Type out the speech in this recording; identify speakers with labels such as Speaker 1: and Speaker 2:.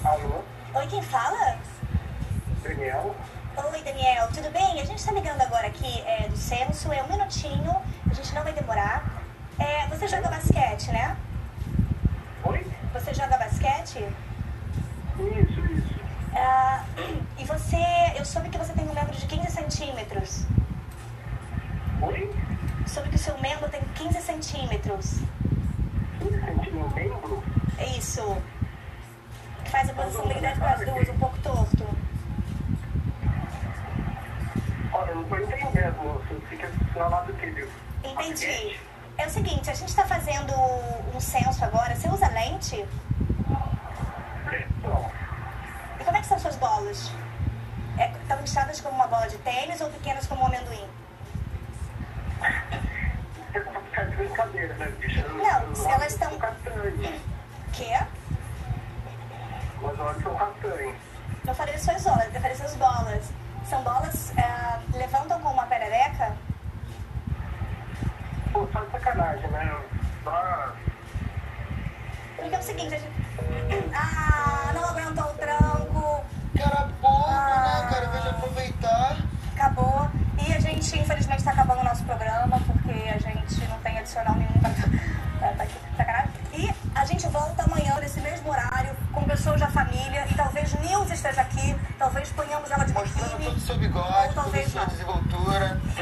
Speaker 1: é um quem fala?
Speaker 2: Daniel?
Speaker 1: Oi, Daniel, tudo bem? A gente está ligando agora aqui é, do censo, é um minutinho, a gente não vai demorar. É, você joga basquete, né?
Speaker 2: Oi?
Speaker 1: Você joga basquete?
Speaker 2: Isso, isso.
Speaker 1: Ah, e você, eu soube que você tem um membro de 15 centímetros.
Speaker 2: Oi?
Speaker 1: Soube que o seu membro tem 15 centímetros.
Speaker 2: Sentindo um membro?
Speaker 1: É isso. Que faz a posição militar com as duas, um pouco torto.
Speaker 2: Olha, eu não tô entendendo, moço. Fica na lado do que, viu?
Speaker 1: Entendi. É o seguinte, a gente está fazendo um censo agora. Você usa lente? E
Speaker 2: Não.
Speaker 1: como é que são suas bolas? É, estão inchadas como uma bola de tênis ou pequenas como um amendoim?
Speaker 2: Você tá de brincadeira, né, bicho? Eu
Speaker 1: Não, se
Speaker 2: eu um
Speaker 1: elas
Speaker 2: acho que
Speaker 1: tão-
Speaker 2: são castanhas.
Speaker 1: Quê?
Speaker 2: Mas olha, são castanhas.
Speaker 1: Não falei das suas bolas, eu falei das suas bolas. São bolas ah, levantam como uma perereca?
Speaker 2: Pô, só de sacanagem, né? Só...
Speaker 1: Porque é o seguinte, a gente... Ah, não aguentou o tranco,
Speaker 3: Era
Speaker 1: Ah.
Speaker 3: pouco, né, cara? Em vez de aproveitar.
Speaker 1: acabou. E a gente, infelizmente, está acabando o nosso